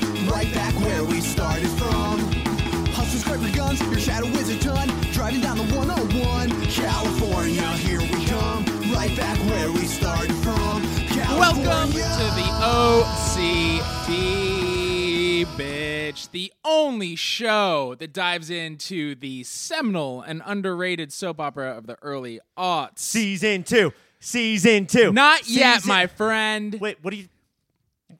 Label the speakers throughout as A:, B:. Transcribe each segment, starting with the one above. A: back where we started from. Hustle, scrape your guns, your shadow is a ton. Driving down the 101, California, here we come. Right back where we started from. California.
B: Welcome to the OCD Bitch, the only show that dives into the seminal and underrated soap opera of the early aughts.
C: Season two. Season two.
B: Not yet,
C: Season-
B: my friend.
C: Wait, what do you?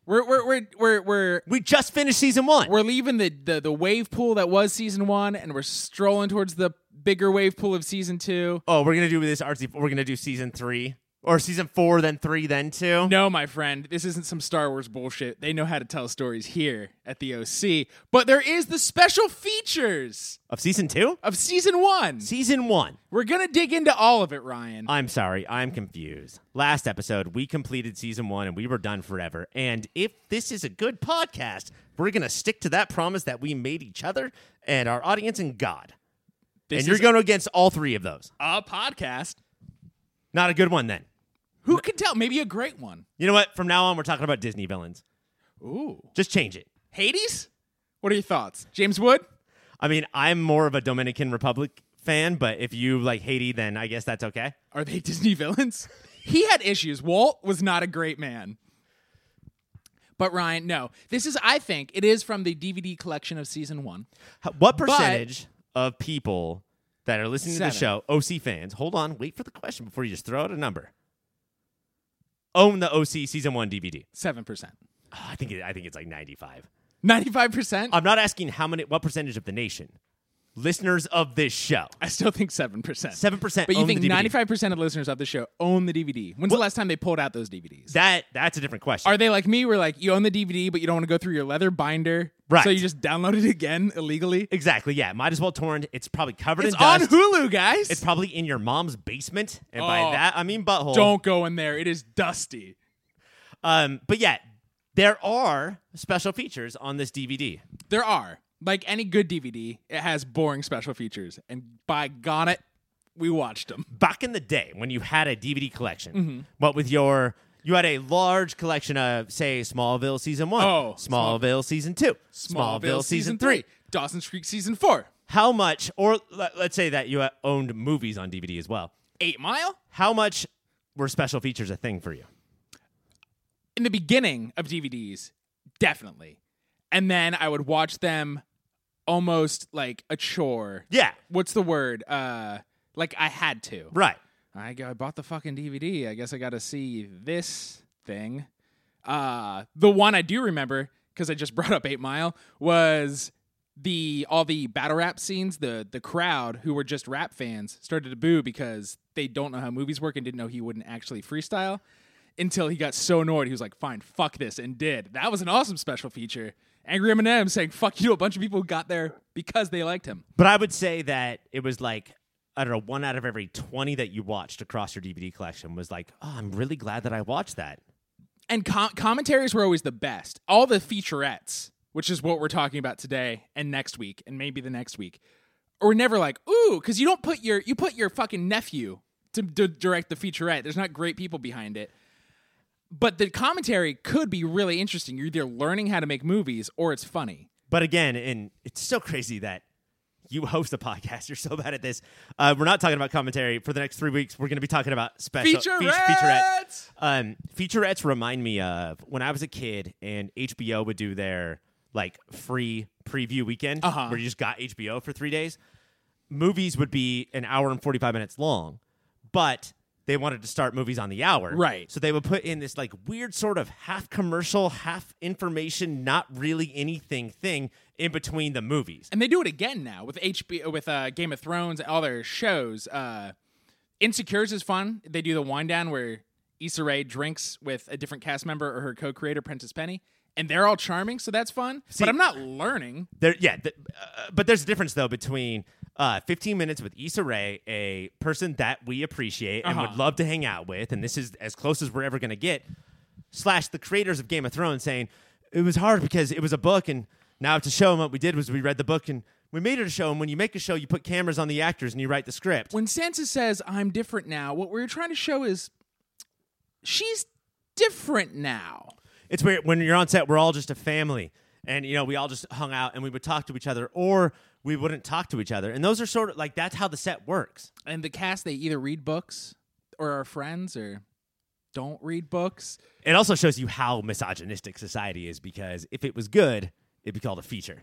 B: We're we're we're we're we're
C: We just finished season one.
B: we're leaving the, the the wave pool that was season one, and we're strolling towards the bigger wave pool of season two.
C: oh, we're gonna do this artsy. We're gonna do season three or season four, then three, then two.
B: No, my friend, this isn't some Star Wars bullshit. They know how to tell stories here at the OC. But there is the special features
C: Of season two,
B: of season one.
C: season one.
B: We're gonna dig into all of it, Ryan.
C: I'm sorry, I'm confused. Last episode, we completed season one and we were done forever. And if this is a good podcast, we're gonna stick to that promise that we made each other and our audience and God.
B: This
C: and you're
B: is
C: going against all three of those.
B: a podcast.
C: Not a good one then.
B: Who can tell? Maybe a great one.
C: You know what? From now on, we're talking about Disney villains.
B: Ooh,
C: Just change it.
B: Hades. What are your thoughts, James Wood?
C: I mean, I'm more of a Dominican Republic fan, but if you like Haiti, then I guess that's okay.
B: Are they Disney villains? he had issues. Walt was not a great man. But Ryan, no. This is, I think, it is from the DVD collection of season one.
C: H- What percentage of people that are listening to the show,
B: Seven.
C: OC fans, hold on, wait for the question before you just throw out a number, own the OC season one DVD?
B: Seven percent,
C: Oh, I think it, I think it's like 95.
B: ninety-five percent.
C: I'm not asking how many, what percentage of the nation, listeners of this show,
B: I still think seven percent.
C: 7%
B: But you
C: own
B: think
C: the DVD.
B: ninety-five percent of listeners of the show own the DVD? When's the last time they pulled out those DVDs?
C: that that's a different question.
B: Are they like me? Where like you own the DVD, but you don't want to go through your leather binder,
C: Right.
B: So you just download it again illegally.
C: exactly, yeah. Might as well torrent. It's probably covered
B: It's
C: in
B: on
C: dust.
B: Hulu, guys.
C: It's probably in your mom's basement, and
B: Oh.
C: by that I mean butthole.
B: don't go in there. It is dusty.
C: Um, but yeah, there are special features on this DVD.
B: There are. Like any good DVD, it has boring special features. And by gone it, we watched them.
C: Back in the day, when you had a DVD collection, what with your you had a large collection of, say, Smallville season one,
B: Oh,
C: Smallville season two,
B: Dawson's Creek season four.
C: How much, or let, let's say that you uh, owned movies on DVD as well.
B: Eight Mile?
C: How much were special features a thing for you?
B: In the beginning of DVDs, definitely. And then I would watch them almost like a chore.
C: Yeah,
B: What's the word? Uh like I had to.
C: right.
B: I, g- I bought the fucking DVD. I guess I got to see this thing. Uh, the one I do remember because I just brought up Eight Mile was the all the battle rap scenes. The the crowd who were just rap fans started to boo because they don't know how movies work and didn't know he wouldn't actually freestyle until he got so annoyed he was like, "Fine, fuck this," and did. That was an awesome special feature. Angry Eminem saying "fuck you" to a bunch of people who got there because they liked him.
C: But I would say that it was like I don't know, one out of every twenty that you watched across your DVD collection was like, oh, I'm really glad that I watched that.
B: and com- commentaries were always the best. All the featurettes, which is what we're talking about today and next week and maybe the next week, were never like ooh because you don't put your you put your fucking nephew to d- direct the featurette. There's not great people behind it. But the commentary could be really interesting. You're either learning how to make movies or it's funny.
C: But again, and it's so crazy that you host a podcast. You're so bad at this. Uh, we're not talking about commentary for the next three weeks. We're going to be talking about special fe-
B: Featurettes!
C: Um, featurettes remind me of when I was a kid and HBO would do their like free preview weekend
B: Uh-huh.
C: where you just got HBO for three days. Movies would be an hour and 45 minutes long, but they wanted to start movies on the hour.
B: Right.
C: So they would put in this like weird sort of half commercial, half information, not really anything thing in between the movies.
B: And they do it again now with HBO, with uh, Game of Thrones, all their shows. Uh, Insecures is fun. They do the wind down where Issa Rae drinks with a different cast member or her co-creator, Princess Penny, and they're all charming, so that's fun. but I'm not learning.
C: There, yeah, th- uh, but there's a difference though between uh, 15 minutes with Issa Rae, a person that we appreciate and
B: Uh-huh.
C: would love to hang out with, and this is as close as we're ever gonna get. Slash the creators of Game of Thrones saying it was hard because it was a book, and now it's a show. And what we did was we read the book and we made it a show. And when you make a show, you put cameras on the actors and you write the script.
B: When Sansa says I'm different now, what we're trying to show is she's different now.
C: It's weird when you're on set. We're all just a family, and you know we all just hung out and we would talk to each other or we wouldn't talk to each other and those are sort of like that's how the set works
B: And the cast, they either read books or are friends or don't read books.
C: it also shows you how misogynistic society is because if it was good it'd be called a feature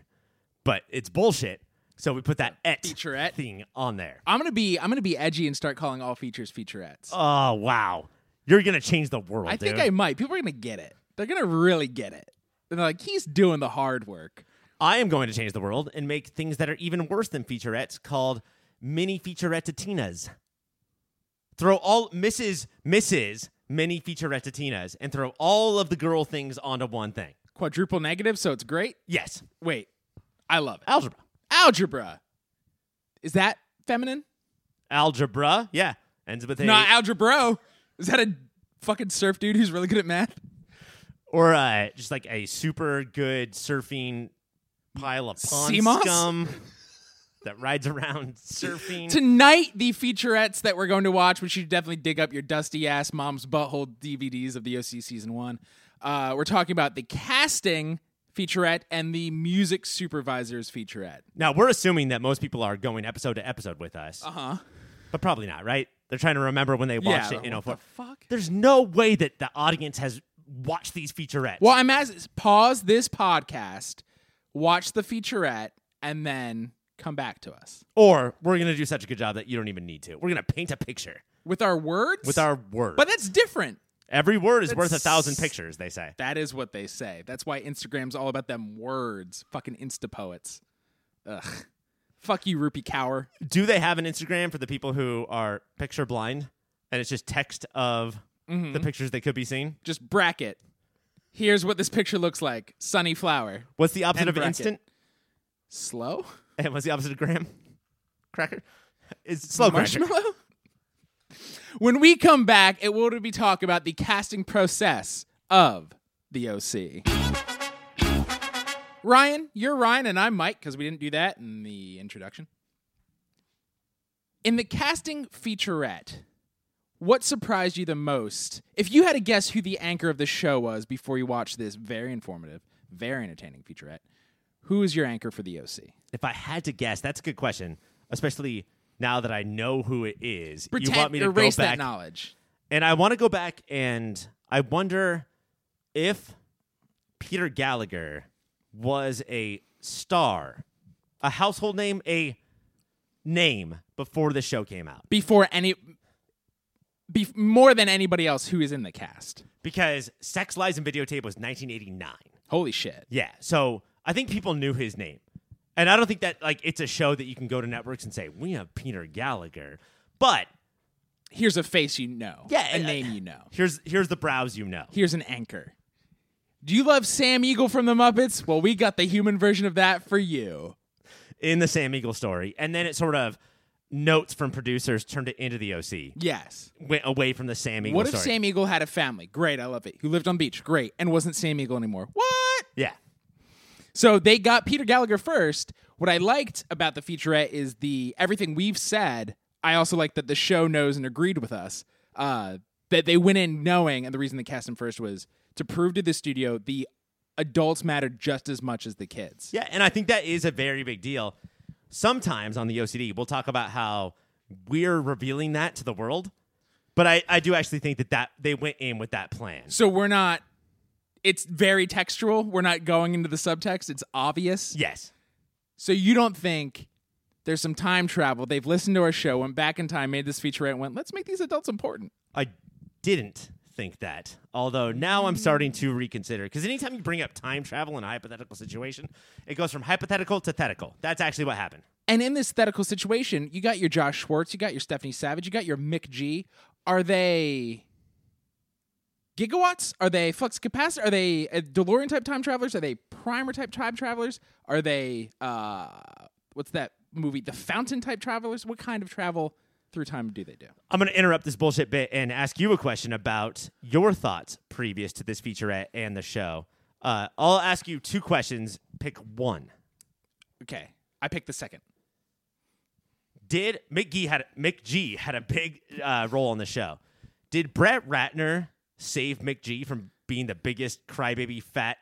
C: but it's bullshit so we put that et
B: Featurette.
C: thing on there
B: I'm gonna be I'm gonna be edgy and start calling all features featurettes.
C: oh wow you're gonna change the world
B: I think
C: dude.
B: I might. People are gonna get it. They're gonna really get it. And they're like, he's doing the hard work.
C: I am going to change the world and make things that are even worse than featurettes called mini featurettinas. Throw all Mrs. Mrs. mini featurettinas and throw all of the girl things onto one thing.
B: Quadruple negative, so it's great.
C: Yes,
B: Wait, I love it.
C: algebra.
B: Algebra. Is that feminine?
C: Algebra, yeah, ends with a
B: No, algebra. Is that a fucking surf dude who's really good at math?
C: or uh, just like a super good surfing pile of pond
B: Seamoss?
C: scum that rides around surfing.
B: Tonight, the featurettes that we're going to watch, which you should definitely dig up your dusty ass mom's butthole DVDs of the OC season one. Uh, we're talking about the casting featurette and the music supervisors featurette.
C: now we're assuming that most people are going episode to episode with us.
B: Uh huh.
C: but probably not, right? They're trying to remember when they watched
B: Yeah,
C: it in
B: what
C: 04.
B: the fuck?
C: There's no way that the audience has watched these featurettes.
B: Well, I'm as pause this podcast, watch the featurette, and then come back to us
C: Or we're going to do such a good job that you don't even need to. We're going to paint a picture
B: with our words.
C: with our words.
B: but that's different.
C: Every word is worth a
B: that's-
C: thousand pictures, they say.
B: That is what they say. That's why Instagram's all about them words. Fucking insta poets. Ugh. Fuck you, Rupee Cower.
C: Do they have an Instagram for the people who are picture blind and it's just text of
B: Mm-hmm.
C: the pictures that could be seen?
B: Just bracket. Here's what this picture looks like. Sunny flower.
C: What's the opposite
B: And
C: of
B: bracket.
C: instant?
B: Slow?
C: And what's the opposite of Graham? Cracker? It's slow cracker.
B: Marshmallow? when we come back, it will be talk about the casting process of the OC. Ryan, you're Ryan and I'm Mike because we didn't do that in the introduction. In the casting featurette, what surprised you the most? If you had to guess who the anchor of the show was before you watched this very informative, very entertaining featurette, who is your anchor for the OC?
C: If I had to guess, that's a good question, especially now that I know who it is.
B: Pretend
C: you want me to go
B: erase that
C: back,
B: knowledge.
C: and I want to go back, and I wonder if Peter Gallagher was a star, a household name, a name before the show came out,
B: before any bef- more than anybody else who is in the cast.
C: because Sex, Lies, and Videotape was 1989.
B: Holy shit.
C: Yeah. So I think people knew his name. And I don't think that like it's a show that you can go to networks and say, We have Peter Gallagher. But
B: Here's a face you know.
C: Yeah,
B: A
C: and-
B: name you know.
C: here's here's the brows you know.
B: Here's an anchor. Do you love Sam Eagle from the Muppets? Well, we got the human version of that for you.
C: In the Sam Eagle story. And then it sort of notes from producers turned it into the OC.
B: Yes.
C: Went away from the Sam Eagle
B: what if
C: story.
B: Sam Eagle had a family? Great, I love it. Who lived on beach? Great. And wasn't Sam Eagle anymore. What?
C: yeah.
B: So they got Peter Gallagher first. What I liked about the featurette is the everything we've said. I also like that the show knows and agreed with us uh, that they went in knowing, and the reason they cast him first was to prove to the studio the adults matter just as much as the kids.
C: Yeah, and I think that is a very big deal. Sometimes on the OCD, we'll talk about how we're revealing that to the world. But I, I do actually think that, that they went in with that plan.
B: So we're not. It's very textual. We're not going into the subtext. It's obvious.
C: Yes.
B: So you don't think there's some time travel? They've listened to our show, went back in time, made this featurette, and went, "Let's make these adults important."
C: I didn't think that. Although now I'm starting to reconsider because anytime you bring up time travel in a hypothetical situation, it goes from hypothetical to thetical. That's actually what happened.
B: And in this theoretical situation, you got your Josh Schwartz, you got your Stephanie Savage, you got your Mick G. Are they gigawatts? Are they flux capacitor? Are they uh, DeLorean type time travelers? Are they primer type time travelers? Are they uh, what's that movie? The Fountain type travelers? What kind of travel through time do they do?
C: I'm going to interrupt this bullshit bit and ask you a question about your thoughts previous to this featurette and the show. Uh, I'll ask you two questions. Pick one.
B: Okay, I picked the second.
C: Did Mick G had Mick G had a big uh, role on the show? Did Brett Ratner save Mick G from being the biggest crybaby fat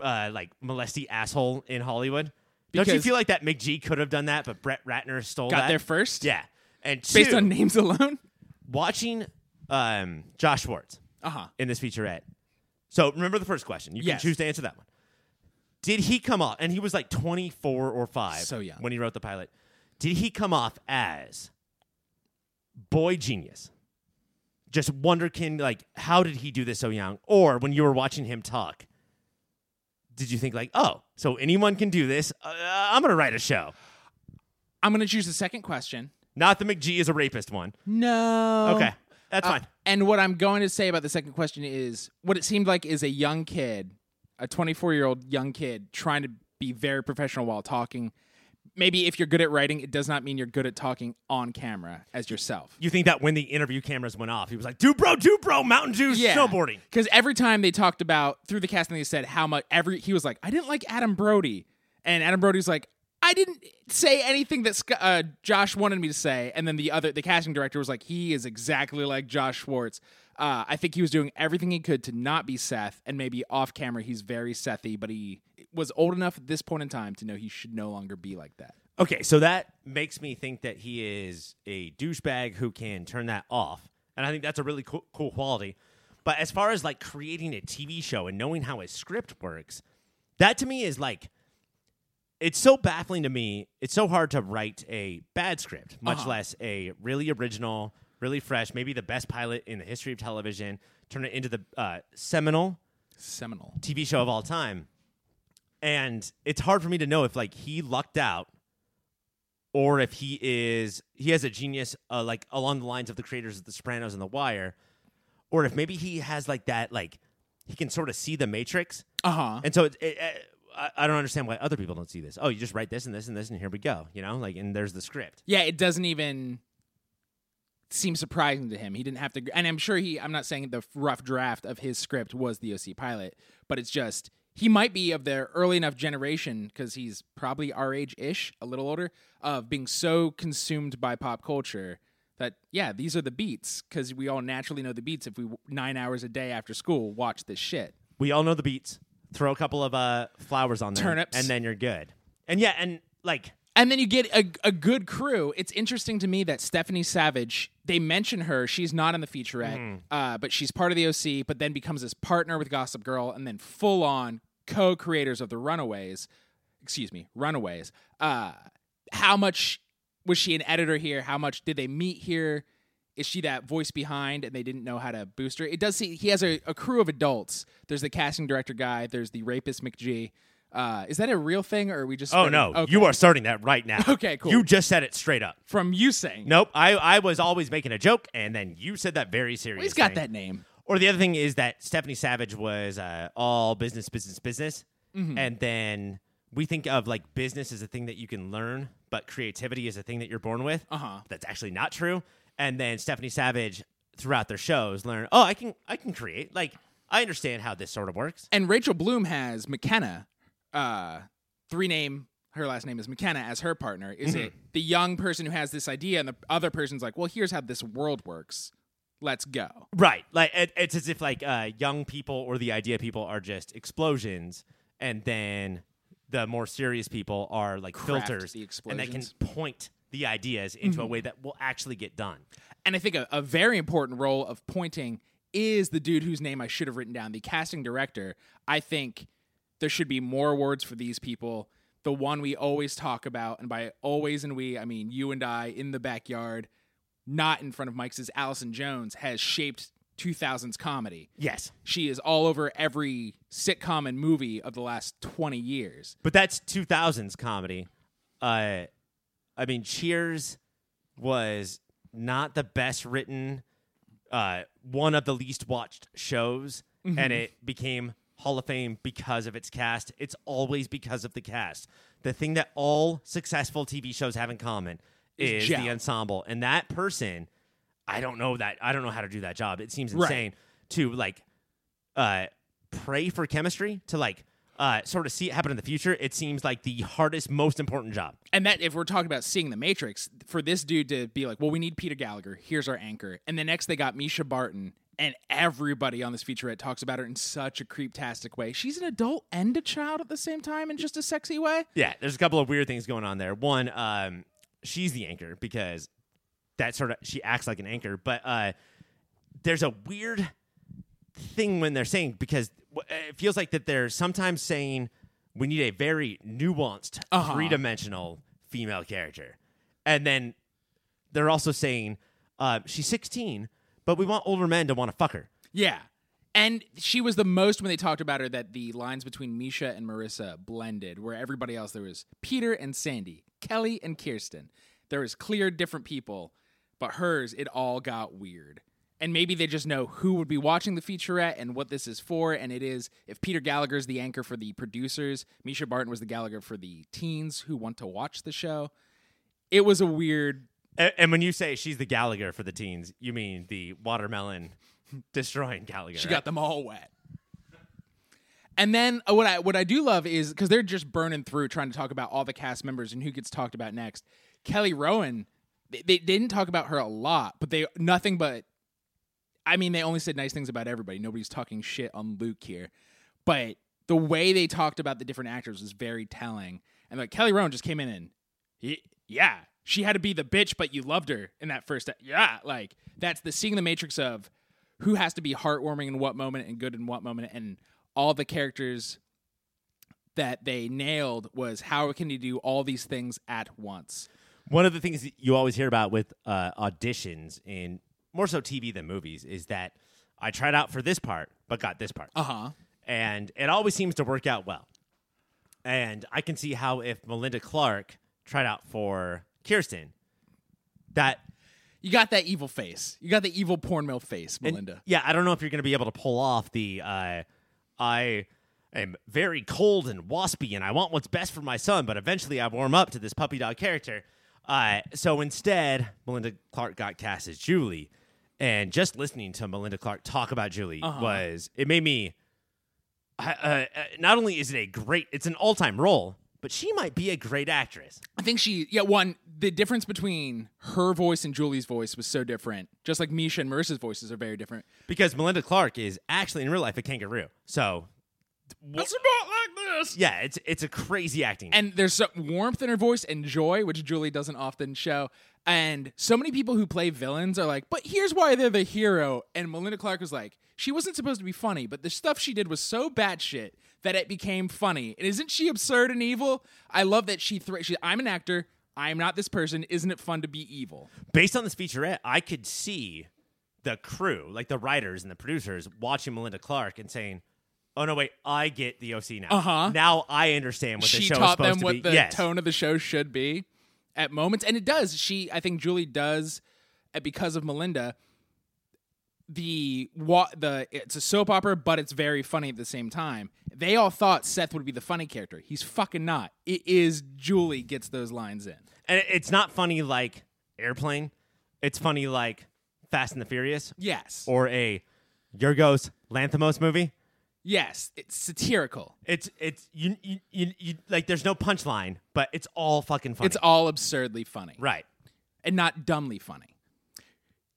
C: uh, like molesty asshole in Hollywood. Don't you
B: Because-
C: feel like that McGee could have done that, but Brett Ratner stole
B: Got
C: that?
B: there first?
C: Yeah, and
B: Based
C: two,
B: on names alone?
C: watching um, Josh Schwartz
B: Uh huh.
C: in this featurette. So remember the first question. You
B: Yes.
C: can choose to answer that one. Did he come off? And he was like 24 or 5
B: So young.
C: when he wrote the pilot. Did he come off as boy genius? Just wonderkin like how did he do this so young? Or when you were watching him talk, did you think like, "Oh, so anyone can do this? Uh, I'm going to write a show."
B: I'm going to choose the second question.
C: Not the McGee is a rapist one.
B: No.
C: Okay. That's
B: Uh,
C: fine.
B: And what I'm going to say about the second question is what it seemed like is a young kid, a 24 year old young kid, trying to be very professional while talking. Maybe if you're good at writing, it does not mean you're good at talking on camera as yourself.
C: You think that when the interview cameras went off, he was like, "Dude, bro, dude, bro, Mountain Dew snowboarding."
B: Because every time they talked about through the casting, they said how much every he was like, I didn't like Adam Brody, and Adam Brody's like, I didn't say anything that Sc- uh, Josh wanted me to say, and then the other the casting director was like, he is exactly like Josh Schwartz. Uh, I think he was doing everything he could to not be Seth, and maybe off camera he's very Sethy, but he was old enough at this point in time to know he should no longer be like that.
C: Okay, so that makes me think that he is a douchebag who can turn that off. And I think that's a really cool, cool quality. But as far as like creating a TV show and knowing how a script works, that to me is like, it's so baffling to me. It's so hard to write a bad script, much less a really original, really fresh, maybe the best pilot in the history of television, turn it into the uh, seminal
B: Seminal.
C: TV show of all time. And it's hard for me to know if like he lucked out or if he is he has a genius uh, like along the lines of the creators of The Sopranos and The Wire or if maybe he has like that like he can sort of see the matrix.
B: Uh huh.
C: And so it, it, it, I, I don't understand why other people don't see this. Oh, you just write this and this and this and here we go, you know? Like and there's the script.
B: yeah, it doesn't even seem surprising to him. He didn't have to, and I'm sure he. I'm not saying the rough draft of his script was the OC pilot, but it's just he might be of the early enough generation because he's probably our age ish, a little older, of being so consumed by pop culture that yeah, these are the beats because we all naturally know the beats if we w- nine hours a day after school watch this shit.
C: we all know the beats. Throw a couple of uh flowers on there
B: Turnips.
C: and then you're good. And yeah, and like
B: And then you get a, a good crew. It's interesting to me that Stephanie Savage, they mention her. She's not in the featurette,
C: Hmm.
B: uh, but she's part of the OC, but then becomes his partner with Gossip Girl and then full on co creators of the Runaways. Excuse me, Runaways. Uh, how much was she an editor here? How much did they meet here? Is she that voice behind and they didn't know how to boost her? It does see he has a, a crew of adults. There's the casting director guy, there's the rapist McGee. Uh, is that a real thing or are we just
C: Oh
B: spinning-
C: no,
B: Okay
C: you are starting that right now.
B: Okay, cool.
C: You just said it straight up.
B: from you saying.
C: Nope, I, I was always making a joke, and then you said that very seriously.
B: he's got that name.
C: Or the other thing is that Stephanie Savage was uh, all business, business, business,
B: Mm-hmm.
C: and then we think of like business as a thing that you can learn, but creativity is a thing that you're born with.
B: Uh-huh.
C: That's actually not true. And then Stephanie Savage, throughout their shows, learn. Oh, I can I can create. Like I understand how this sort of works.
B: And Rachel Bloom has McKenna, uh, three name. Her last name is McKenna as her partner. Is it the young person who has this idea, and the other person's like, "Well, here's how this world works. Let's go."
C: Right. Like it, it's as if like uh, young people or the idea people are just explosions, and then the more serious people are like
B: Craft
C: filters,
B: the
C: and they can
B: explosions.
C: point the ideas into a way that will actually get done.
B: And I think a, a very important role of pointing is the dude whose name I should have written down, the casting director. I think there should be more awards for these people. The one we always talk about, and by always and we, I mean you and I in the backyard, not in front of mics, is Allison Jones, has shaped 2000s comedy.
C: Yes,
B: She is all over every sitcom and movie of the last 20 years.
C: but that's two thousands comedy. Uh, I mean, Cheers was not the best written, uh, one of the least watched shows, and it became Hall of Fame because of its cast. It's always because of the cast. The thing that all successful TV shows have in common
B: Is
C: is,
B: gel.
C: the ensemble, and that person, I don't know that I don't know how to do that job. It seems
B: Right.
C: insane to like, uh, pray for chemistry to like. Uh, sort of see it happen in the future. It seems like the hardest, most important job.
B: And that, if we're talking about seeing the Matrix, for this dude to be like, well, we need Peter Gallagher. Here's our anchor. And the next they got Misha Barton. and everybody on this featurette talks about her in such a creeptastic way. She's an adult and a child at the same time in just a sexy way.
C: Yeah, there's a couple of weird things going on there. One, um, she's the anchor because that sort of she acts like an anchor, but uh, there's a weird thing when they're saying because w- it feels like that they're sometimes saying we need a very nuanced,
B: Uh-huh.
C: three dimensional female character, and then they're also saying uh, she's 16, but we want older men to want to fuck her.
B: Yeah. And she was the most when they talked about her that the lines between Misha and Marissa blended, where everybody else there was Peter and Sandy, Kelly and Kirsten. There was clear different people, but hers, it all got weird. And maybe they just know who would be watching the featurette and what this is for. And it is if Peter Gallagher's the anchor for the producers, Misha Barton was the Gallagher for the teens who want to watch the show. It was a weird
C: And, and when you say she's the Gallagher for the teens, you mean the watermelon destroying Gallagher.
B: She
C: right?
B: got them all wet. And then uh, what I what I do love is because they're just burning through trying to talk about all the cast members and who gets talked about next. Kelly Rowan, they, they didn't talk about her a lot, but they nothing but. I mean, they only said nice things about everybody. Nobody's talking shit on Luke here, but the way they talked about the different actors was very telling. And like Kelly Rowan just came in and, y- yeah, she had to be the bitch, but you loved her in that first. Yeah, like that's the seeing the matrix of who has to be heartwarming in what moment and good in what moment and all the characters that they nailed was how can you do all these things at once
C: One of the things that you always hear about with uh, auditions in more so TV than movies is that I tried out for this part but got this part,
B: uh-huh
C: and it always seems to work out well. And I can see how if Melinda Clark tried out for Kirsten, that
B: you got that evil face you got the evil porn mill face
C: and-
B: melinda
C: yeah, I don't know if you're going to be able to pull off the uh, I am very cold and waspy, and I want what's best for my son, but eventually I warm up to this puppy dog character. Uh, so instead, Melinda Clark got cast as Julie, and just listening to Melinda Clark talk about Julie was it made me. I- Uh, uh, not only is it a great, it's an all-time role, but she might be a great actress.
B: i think she yeah one the difference between her voice and julie's voice was so different just like misha and marissa's voices are very different
C: because Melinda Clark is actually in real life a kangaroo. So
B: it's not like this
C: yeah, it's it's a crazy acting.
B: and there's some warmth in her voice and joy, which Julie doesn't often show. And so many people who play villains are like, but here's why they're the hero. And Melinda Clark was like, she wasn't supposed to be funny, but the stuff she did was so batshit that it became funny. And isn't she absurd and evil? I love that she, thr- she I'm an actor. I'm not this person. Isn't it fun to be evil?
C: based on this featurette, I could see the crew, like the writers and the producers, watching Melinda Clark and saying, "Oh no, wait, I get the OC now.
B: Uh-huh.
C: Now I understand what the
B: she
C: show
B: taught
C: is supposed
B: them
C: to
B: what
C: be."
B: the
C: yes.
B: tone of the show should be at moments and it does she i think julie does uh, because of melinda the wa- the it's a soap opera but it's very funny at the same time they all thought seth would be the funny character he's fucking not it is julie gets those lines in
C: and it- it's not funny like Airplane. It's funny like Fast and the Furious
B: yes
C: or a Yorgos Lanthimos movie.
B: yes it's satirical
C: It's it's you you, you, you like there's no punchline, but it's all fucking funny.
B: it's all absurdly funny
C: right.
B: and not dumbly funny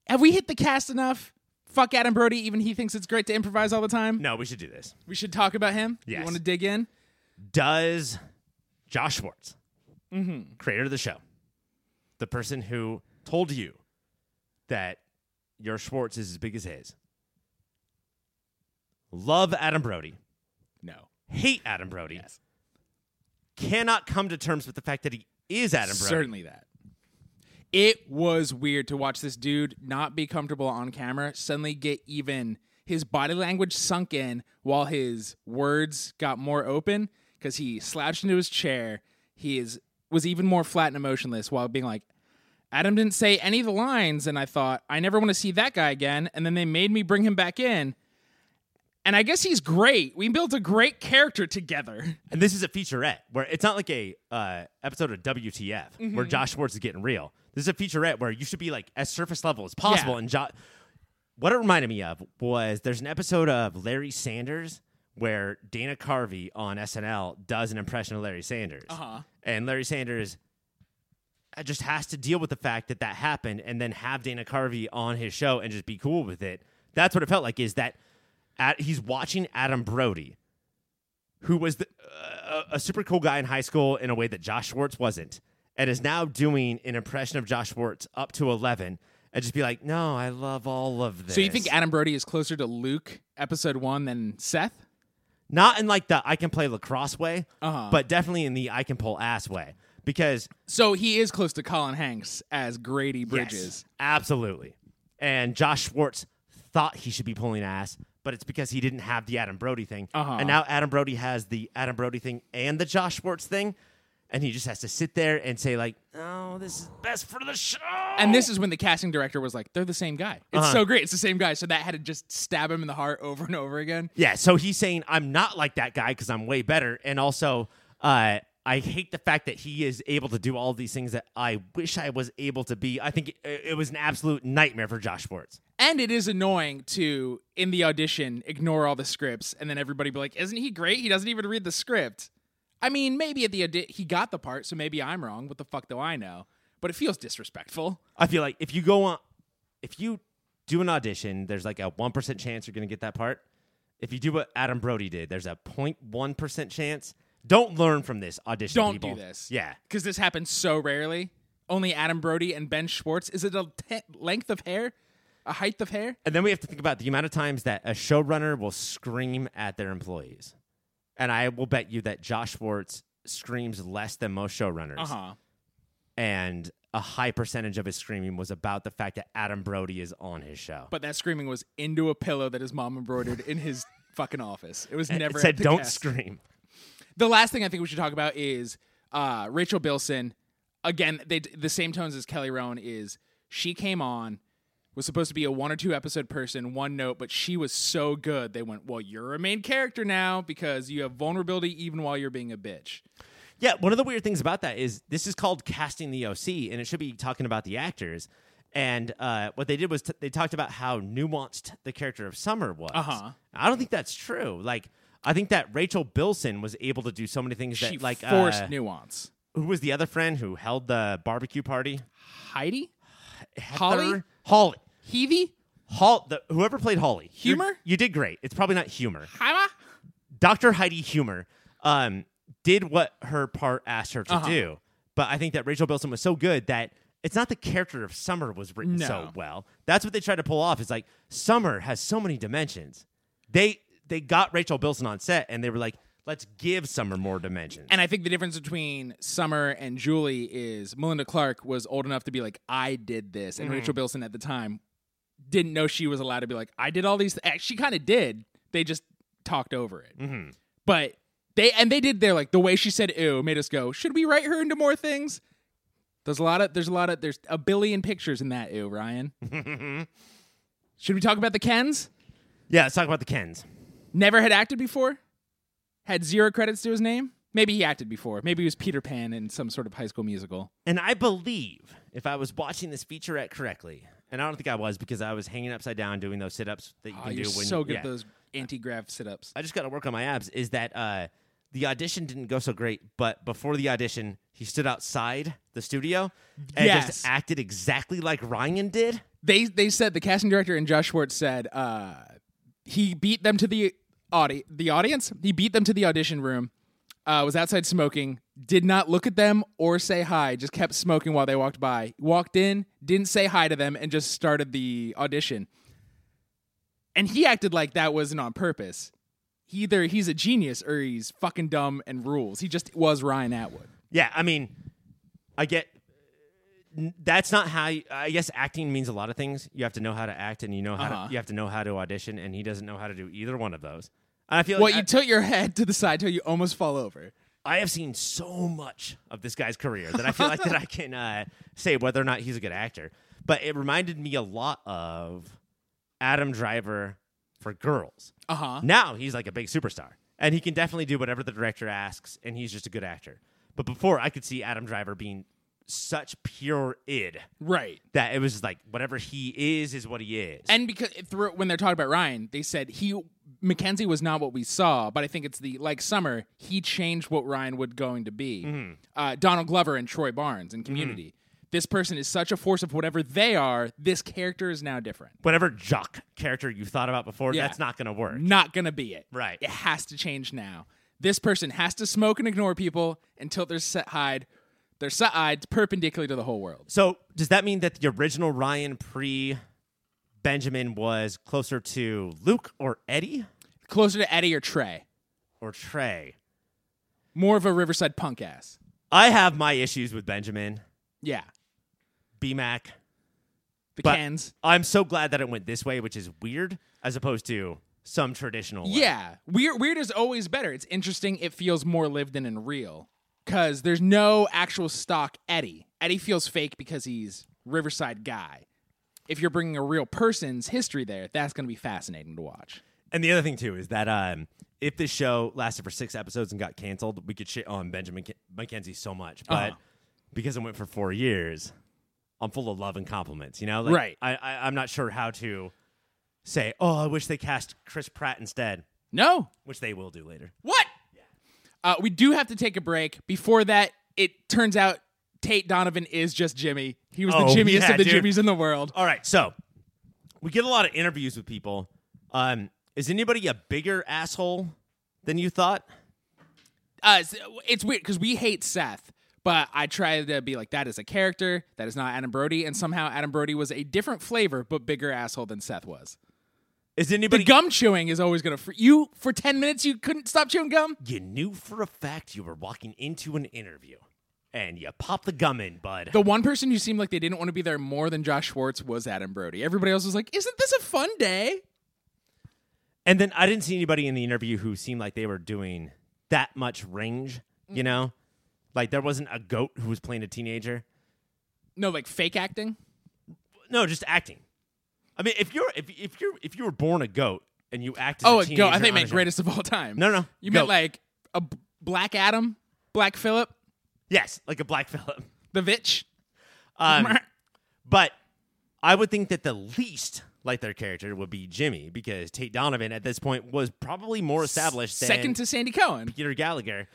B: have we hit the cast enough fuck adam brody even he thinks it's great to improvise all the time
C: No, we should do this.
B: we should talk about him you
C: Yes.
B: want to dig in
C: does Josh Schwartz,
B: Mm-hmm.
C: creator of the show, the person who told you that your Schwartz is as big as his, love Adam Brody,
B: no
C: hate Adam Brody,
B: Yes.
C: cannot come to terms with the fact that he is Adam Brody.
B: Certainly that. It was weird to watch this dude not be comfortable on camera, suddenly get even his body language sunk in while his words got more open because he slouched into his chair. He is was even more flat and emotionless while being like, Adam didn't say any of the lines, and I thought, I never want to see that guy again. And then they made me bring him back in. And I guess he's great. We built a great character together.
C: And this is a featurette where it's not like a uh, episode of WTF where
B: Mm-hmm.
C: Josh Schwartz is getting real. This is a featurette where you should be like as surface level as possible.
B: Yeah.
C: And jo- what it reminded me of was there's an episode of Larry Sanders where Dana Carvey on SNL does an impression of Larry Sanders,
B: Uh-huh.
C: and Larry Sanders uh, just has to deal with the fact that that happened, and then have Dana Carvey on his show and just be cool with it. That's what it felt like. Is that at, he's watching Adam Brody, who was the, uh, a super cool guy in high school in a way that Josh Schwartz wasn't, and is now doing an impression of Josh Schwartz up to eleven, and just be like, "No, I love all of this."
B: So you think Adam Brody is closer to Luke episode one than Seth?
C: not in like the I can play lacrosse way,
B: Uh-huh.
C: but definitely in the I can pull ass way because
B: So he is close to Colin Hanks as Grady
C: Yes,
B: Bridges.
C: absolutely. And Josh Schwartz thought he should be pulling ass, but it's because he didn't have the Adam Brody thing.
B: Uh-huh.
C: And now Adam Brody has the Adam Brody thing and the Josh Schwartz thing, and he just has to sit there and say like, "Oh, this is best for the show."
B: And this is when the casting director was like, "They're the same guy. It's
C: Uh-huh.
B: so great. It's the same guy." So that had to just stab him in the heart over and over again.
C: Yeah, so he's saying I'm not like that guy because I'm way better, and also uh, I hate the fact that he is able to do all these things that I wish I was able to be. I think it, it was an absolute nightmare for Josh Schwartz.
B: And it is annoying to in the audition ignore all the scripts and then everybody be like, "Isn't he great? He doesn't even read the script." I mean, maybe at the audi- he got the part, so maybe I'm wrong. What the fuck do I know? But it feels disrespectful.
C: I feel like if you go on, if you do an audition, there's like a one percent chance you're gonna get that part. If you do what Adam Brody did, there's a 0.1 percent chance. Don't learn from this audition.
B: Don't
C: people.
B: do this.
C: Yeah.
B: because this happens so rarely. Only Adam Brody and Ben Schwartz. Is it a te- length of hair, a height of hair?
C: And then we have to think about the amount of times that a showrunner will scream at their employees. And I will bet you that Josh Schwartz screams less than most showrunners.
B: Uh huh.
C: And a high percentage of his screaming was about the fact that Adam Brody is on his show.
B: But that screaming was into a pillow that his mom embroidered in his fucking office. It was
C: And
B: never
C: it said,
B: at the
C: don't
B: cast."
C: scream.
B: The last thing I think we should talk about is uh, Rachel Bilson. Again, they d- the same tones as Kelly Rowan is. She came on, was supposed to be a one or two episode person, one note, but she was so good. They went, "Well, you're a main character now because you have vulnerability even while you're being a bitch."
C: Yeah, one of the weird things about that is this is called casting the OC, and it should be talking about the actors. And uh, what they did was t- they talked about how nuanced the character of Summer was.
B: Uh-huh.
C: I don't think that's true. Like, I think that Rachel Bilson was able to do so many things
B: she
C: that, like,
B: forced
C: uh,
B: nuance.
C: who was the other friend who held the barbecue party?
B: Heidi, Holly,
C: Heather? Holly,
B: Heavey,
C: Hol- the, whoever played Holly. You're-
B: Humor?
C: you did great. It's probably not humor.
B: Hima.
C: Dr. Heidi Humor um, did what her part asked her to
B: Uh-huh.
C: do. But I think that Rachel Bilson was so good that it's not the character of Summer was written
B: No.
C: so well. That's what they tried to pull off. It's like Summer has so many dimensions. They they got Rachel Bilson on set and they were like, let's give Summer more dimensions.
B: And I think the difference between Summer and Julie is Melinda Clark was old enough to be like, I did this. And Rachel Bilson at the time didn't know she was allowed to be like, I did all these. Th-. She kind of did. They just talked over it. But they, and they did their like, the way she said ew made us go, should we write her into more things? There's a lot of, there's a lot of, there's a billion pictures in that ew, Ryan. should we talk about the Kens?
C: yeah, let's talk about the Kens.
B: never had acted before, had zero credits to his name. Maybe he acted before. Maybe he was Peter Pan in some sort of high school musical.
C: And I believe, if I was watching this featurette correctly, and I don't think I was because I was hanging upside down doing those sit ups that you
B: Oh,
C: can
B: you're
C: do when
B: so good
C: yeah.
B: at those anti-grav sit-ups.
C: I just got to work on my abs. Is that uh, the audition didn't go so great, but before the audition, he stood outside the studio and
B: Yes.
C: just acted exactly like Ryan did.
B: They they said the casting director and Josh Schwartz said uh, he beat them to the audi- the audience. He beat them to the audition room. Uh, was outside smoking. Did not look at them or say hi. Just kept smoking while they walked by. Walked in, didn't say hi to them, and just started the audition. And he acted like that wasn't on purpose. He either he's a genius or he's fucking dumb and rules. He just was Ryan Atwood.
C: Yeah, I mean, I get n- that's not how you, I guess acting means a lot of things. You have to know how to act, and you know how
B: Uh-huh.
C: to, you have to know how to audition, and he doesn't know how to do either one of those. And I feel
B: Well,
C: like Oh, I-
B: you tilt your head to the side till you almost fall over.
C: I have seen so much of this guy's career that I feel like that I can uh, say whether or not he's a good actor. But it reminded me a lot of Adam Driver for girls.
B: Uh huh.
C: Now he's like a big superstar, and he can definitely do whatever the director asks, and he's just a good actor. But before, I could see Adam Driver being such pure id
B: Right.
C: that it was just like whatever he is is what he is.
B: And because through when they're talking about Ryan, they said he Mackenzie was not what we saw, but I think it's the like Summer
C: Mm-hmm.
B: he changed what Ryan would going to be. Uh, Donald Glover and Troy Barnes in Community. this person is such a force of whatever they are, this character is now different.
C: Whatever jock character you thought about before,
B: Yeah.
C: that's not going to work.
B: Not going to be it.
C: Right.
B: It has to change now. This person has to smoke and ignore people until they're set hide. They're set eyed perpendicular to the whole world.
C: So does that mean that the original Ryan pre Benjamin was closer to Luke or Eddie
B: Closer to Eddie or Trey.
C: or Trey?
B: More of a Riverside punk ass.
C: I have my issues with Benjamin,
B: Yeah.
C: BMAC.
B: The
C: But-
B: Kens.
C: I'm so glad that it went this way, which is weird, as opposed to some traditional. way.
B: Yeah. Weird weird is always better. It's interesting. It feels more lived in and real. Cause there's no actual stock Eddie. Eddie feels fake because he's Riverside guy. If you're bringing a real person's history there, that's going to be fascinating to watch.
C: And the other thing too is that um, if this show lasted for six episodes and got canceled, we could shit on Benjamin Ke- Mackenzie so much, but
B: Uh-huh.
C: because it went for four years, I'm full of love and compliments. You know, Like,
B: Right.
C: I, I I'm not sure how to say, oh, I wish they cast Chris Pratt instead,
B: No,
C: which they will do later.
B: What? Uh, we do have to take a break. Before that, it turns out Tate Donovan is just Jimmy. He was
C: Oh,
B: the Jimmiest
C: yeah,
B: of the
C: dude.
B: Jimmies in the world.
C: All right, so we get a lot of interviews with people. Um, is anybody a bigger asshole than you thought?
B: Uh, it's, it's weird because we hate Seth, but I try to be like, that is a character. That is not Adam Brody. And somehow Adam Brody was a different flavor, but bigger asshole than Seth was.
C: Is
B: The
C: anybody
B: gum chewing is always going to. Fr- you, for 10 minutes, you couldn't stop chewing gum?
C: You knew for a fact you were walking into an interview and you popped the gum in, bud.
B: The one person who seemed like they didn't want to be there more than Josh Schwartz was Adam Brody. Everybody else was like, isn't this a fun day?
C: And then I didn't see anybody in the interview who seemed like they were doing that much range,
B: Mm.
C: you know? Like there wasn't a goat who was playing a teenager.
B: No, like fake acting.
C: No, just acting. I mean, if you're if if you're if you were born a goat and you acted
B: Oh,
C: a
B: a
C: teenager,
B: goat. I think
C: on a
B: meant
C: show-
B: greatest of all time.
C: No, no,
B: You
C: goat.
B: meant like a b- Black Adam, Black Phillip,
C: yes, like a black Phillip.
B: the Vitch.
C: Um, But I would think that the least like their character would be Jimmy because Tate Donovan at this point was probably more established than
B: Second to Sandy Cohen.
C: Peter Gallagher.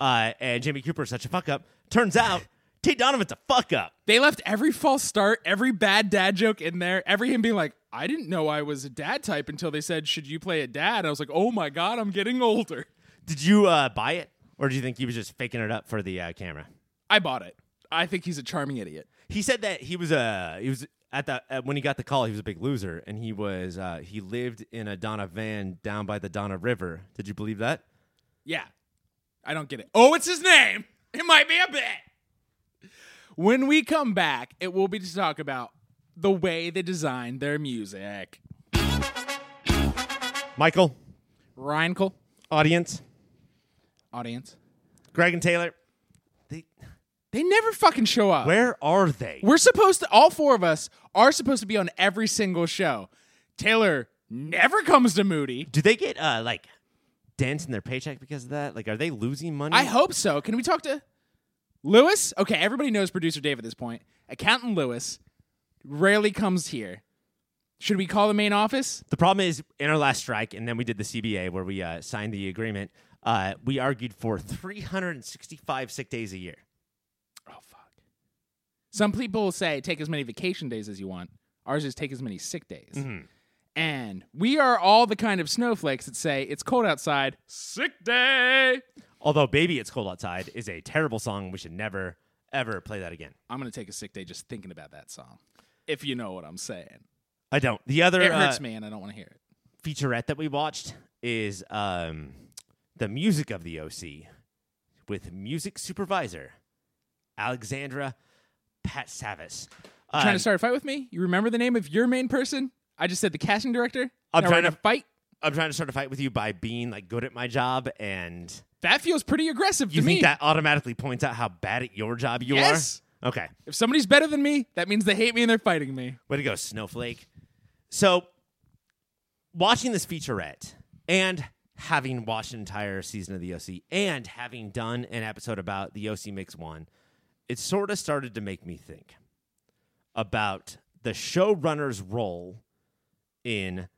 C: Uh, and Jimmy Cooper is such a fuck up. Turns out Tate Donovan's a fuck up.
B: They left every false start, every bad dad joke in there, every him being like, I didn't know I was a dad type until they said, Should you play a dad? I was like, Oh my God, I'm getting older.
C: Did you uh, buy it? Or do you think he was just faking it up for the uh, camera?
B: I bought it. I think he's a charming idiot.
C: He said that he was uh, he was at the uh, when he got the call he was a big loser and he was uh, he lived in a Donna van down by the Donna River. Did you believe that?
B: Yeah. I don't get it. Oh, it's his name. It might be a bit. When we come back, it will be to talk about the way they designed their music.
C: Michael,
B: Ryan Cole,
C: audience,
B: audience.
C: Greg and Taylor, they,
B: They never fucking show up.
C: where are they?
B: We're supposed to, all four of us are supposed to be on every single show. Taylor never comes to Moody.
C: Do they get uh, like dents in their paycheck because of that? Like, are they losing money?
B: I hope so. Can we talk to Lewis? Okay, everybody knows producer Dave at this point. Accountant Lewis rarely comes here. Should we call the main office?
C: The problem is in our last strike, and then we did the CBA where we uh, signed the agreement. Uh, we argued for 365 sick days a year.
B: Oh, fuck. Some people say take as many vacation days as you want. Ours is take as many sick days. And we are all the kind of snowflakes that say it's cold outside, sick day.
C: Although "Baby It's Cold Outside" is a terrible song, we should never ever play that again.
B: I'm gonna take a sick day just thinking about that song. If you know what I'm saying,
C: I don't. The other
B: it hurts
C: uh,
B: me, and I don't want to hear it.
C: featurette that we watched is um, the music of the OC with music supervisor Alexandra Pat Savis. Um,
B: Trying to start a fight with me? You remember the name of your main person? I just said the casting director.
C: I'm
B: Now we're
C: trying
B: gonna
C: to-
B: fight.
C: I'm trying to start a fight with you by being like good at my job and
B: That feels pretty aggressive
C: You
B: to
C: think
B: me.
C: that automatically points out how bad at your job you
B: Yes.
C: are? Okay.
B: if somebody's better than me, that means they hate me and they're fighting me.
C: Way to go, Snowflake. So, watching this featurette and having watched an entire season of the OC and having done an episode about the OC Mix One, it sort of started to make me think about the showrunner's role in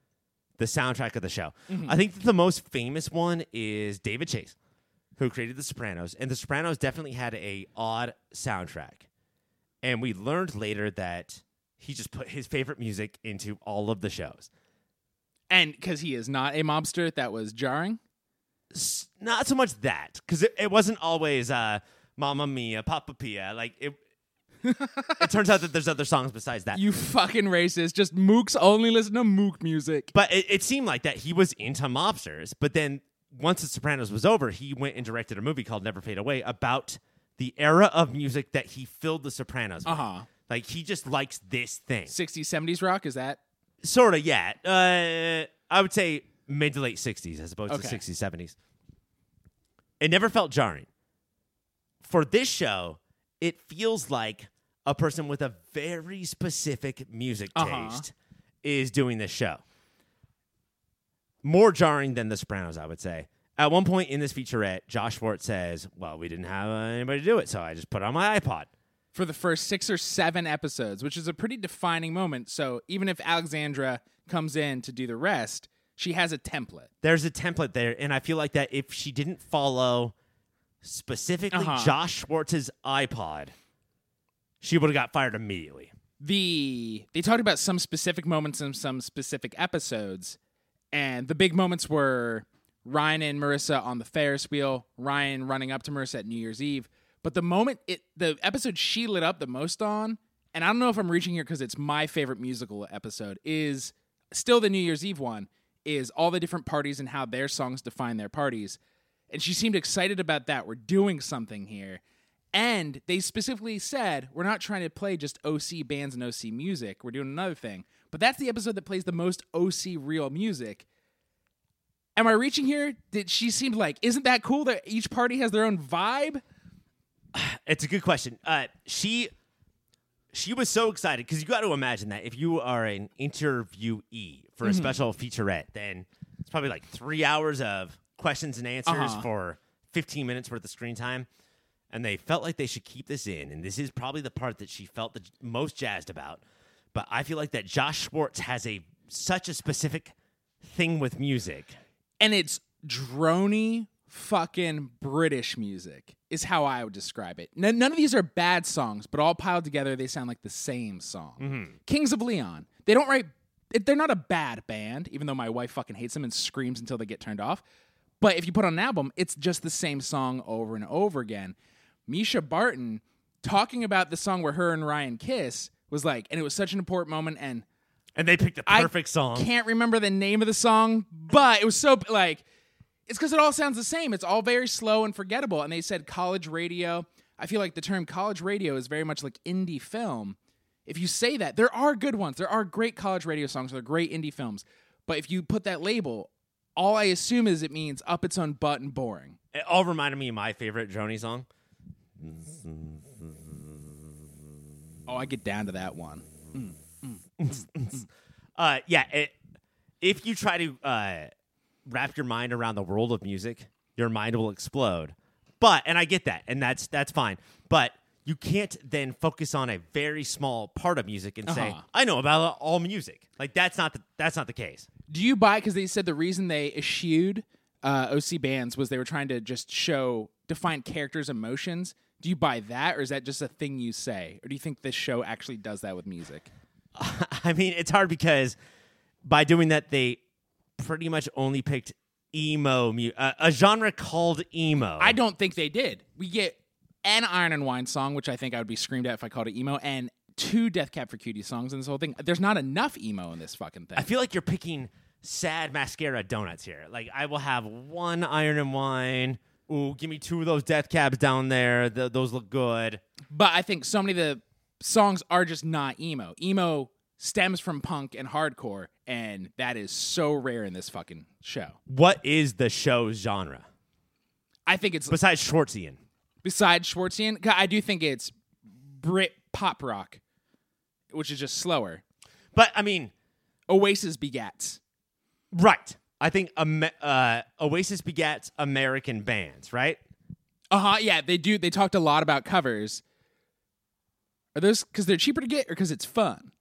C: the soundtrack of the show. I think that the most famous one is David Chase, who created The Sopranos, and The Sopranos definitely had a odd soundtrack. And we learned later that he just put his favorite music into all of the shows.
B: And because he is not a mobster, that was jarring.
C: S- Not so much that, because it, it wasn't always uh, Mamma Mia, Papa Pia. Like, it, it turns out that there's other songs besides that.
B: You fucking racist. Just mooks only listen to mook music.
C: But it, it seemed like that he was into mobsters. But then once The Sopranos was over, he went and directed a movie called Never Fade Away about the era of music that he filled The Sopranos with.
B: Uh-huh.
C: Like he just likes this thing.
B: 60s, 70s rock, is that?
C: Sort of, yeah. Uh, I would say mid to late 60s as opposed
B: Okay.
C: to 60s, 70s. It never felt jarring. For this show, it feels like a person with a very specific music
B: Uh-huh.
C: taste is doing this show. More jarring than The Sopranos, I would say. At one point in this featurette, Josh Schwartz says, Well, we didn't have uh, anybody to do it, so I just put it on my iPod.
B: For the first six or seven episodes, which is a pretty defining moment. So even if Alexandra comes in to do the rest, she has a template.
C: there's a template there, and I feel like that if she didn't follow specifically
B: Uh-huh.
C: Josh Schwartz's iPod, she would have got fired immediately.
B: the they talked about some specific moments in some specific episodes and the big moments were ryan and marissa on the ferris wheel ryan running up to marissa at new year's eve but the moment it the episode she lit up the most on and i don't know if i'm reaching here because it's my favorite musical episode is still the new year's eve one is all the different parties and how their songs define their parties and she seemed excited about that we're doing something here and they specifically said, we're not trying to play just OC bands and OC music. We're doing another thing. But that's the episode that plays the most OC real music. Am I reaching here? Did she seemed like, isn't that cool that each party has their own vibe?
C: It's a good question. Uh, she she was so excited because you got to imagine that if you are an interviewee for
B: Mm-hmm.
C: a special featurette, then it's probably like three hours of questions and answers
B: Uh-huh.
C: for 15 minutes worth of screen time. And they felt like they should keep this in. And this is probably the part that she felt the j- most jazzed about. But I feel like that Josh Schwartz has a such a specific thing with music.
B: And it's drony fucking British music, is how I would describe it. N- none of these are bad songs, but all piled together, they sound like the same song. Kings of Leon. They don't write. it- They're not a bad band, even though my wife fucking hates them and screams until they get turned off. But if you put on an album, it's just the same song over and over again. Misha Barton talking about the song where her and Ryan kiss was like, and it was such an important moment. And
C: And they picked the
B: I
C: perfect song.
B: Um, Can't remember the name of the song, but it was so like it's because it all sounds the same. It's all very slow and forgettable. And they said college radio. I feel like the term college radio is very much like indie film. If you say that, there are good ones. There are great college radio songs. There are great indie films. But if you put that label, all I assume is it means up its own butt and boring.
C: It all reminded me of my favorite Joni song.
B: Oh, I get down to that one.
C: Uh, yeah. It, if you try to uh, wrap your mind around the world of music, your mind will explode. But and I get that, and that's that's fine. But you can't then focus on a very small part of music and say,
B: Uh-huh.
C: "I know about all music." Like that's not the, that's not the case.
B: Do you buy? Because they said the reason they eschewed uh, OC bands was they were trying to just show define characters' emotions. Do you buy that, or is that just a thing you say, or do you think this show actually does that with music?
C: I mean, it's hard because by doing that, they pretty much only picked emo, mu- uh, a genre called emo.
B: I don't think they did. We get an Iron and Wine song, which I think I would be screamed at if I called it emo, and two Death Cab for Cutie songs in this whole thing. There's not enough emo in this fucking thing.
C: I feel like you're picking sad mascara donuts here. Like I will have one iron and wine. Ooh, give me two of those death cabs down there. Th- those look good.
B: but I think so many of the songs are just not emo. Emo stems from punk and hardcore, and that is so rare in this fucking show.
C: What is the show's genre
B: I think it's
C: besides Schwartzian?
B: besides Schwartzian. 'cause I do think it's Brit pop rock, which is just slower.
C: But I mean,
B: Oasis begats.
C: right? I think Ame- uh, Oasis begats American bands, right?
B: Uh huh. Yeah, they do. They talked a lot about covers. Are those because they're cheaper to get or because it's fun?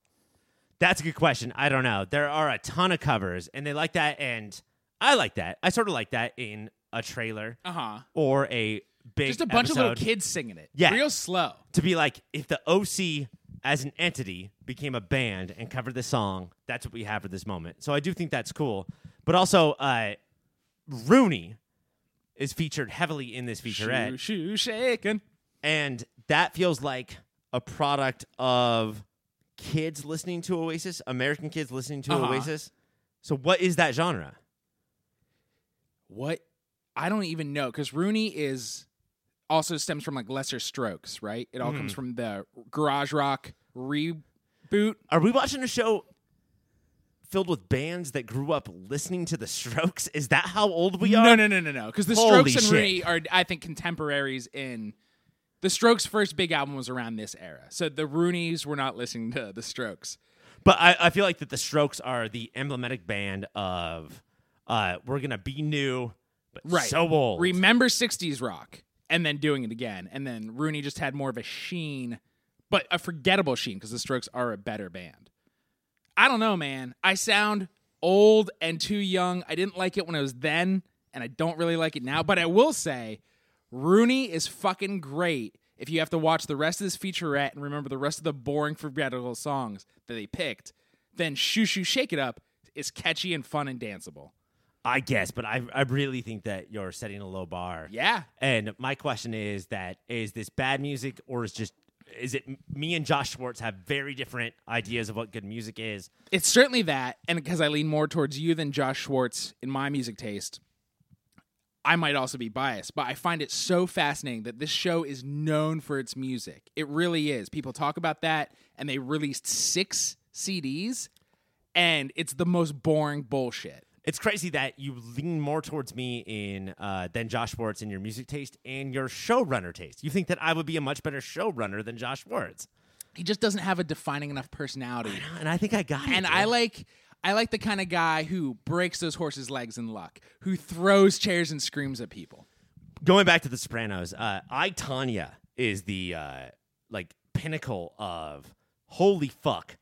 C: That's a good question. I don't know. There are a ton of covers, and they like that, and I like that. I sort of like that in a trailer
B: Uh huh.
C: or a big
B: Just a bunch of little
C: episode
B: kids singing it.
C: Yeah.
B: Real slow.
C: to be like if the OC as an entity became a band and covered the song, that's what we have for this moment. So I do think that's cool. But also, uh, Rooney is featured heavily in this featurette,
B: Shoo, shoo, shaking.
C: and that feels like a product of kids listening to Oasis, American kids listening to
B: Uh-huh.
C: Oasis. So what is that genre?
B: What? I don't even know because Rooney is also stems from like lesser strokes, right? It all
C: Mm.
B: comes from the garage rock reboot.
C: Are we watching a show filled with bands that grew up listening to The Strokes? Is that how old we are?
B: No, no, no, no, no. Because the
C: Holy
B: Strokes and
C: shit.
B: Rooney are, I think, contemporaries in. The Strokes' first big album was around this era, so the Rooneys were not listening to the Strokes.
C: But I, I feel like that the Strokes are the emblematic band of uh, we're gonna be new, but
B: Right.
C: so old.
B: Remember 60s rock and then doing it again. And then Rooney just had more of a sheen, but a forgettable sheen because the Strokes are a better band. I don't know, man. I sound old and too young. I didn't like it when I was then, and I don't really like it now. But I will say, Rooney is fucking great if you have to watch the rest of this featurette and remember the rest of the boring, forgettable songs that they picked. Then Shoo Shoo Shake It Up is catchy and fun and danceable.
C: I guess, but I, I really think that you're setting a low bar.
B: Yeah.
C: And my question is that is this bad music or is just is it me and Josh Schwartz have very different ideas of what good music is?
B: it's certainly that and because i lean more towards you than josh schwartz in my music taste i might also be biased but i find it so fascinating that this show is known for its music it really is people talk about that and they released six cds and it's the most boring bullshit
C: It's crazy that you lean more towards me in uh, than Josh Schwartz in your music taste and your showrunner taste. You think that I would be a much better showrunner than Josh Schwartz,
B: he just doesn't have a defining enough personality
C: and I think I got it.
B: and
C: dude.
B: I like I like the kind of guy who breaks those horses' legs in luck, who throws chairs and screams at people.
C: going back to the Sopranos, uh, I Tanya is the uh, like pinnacle of holy fuck.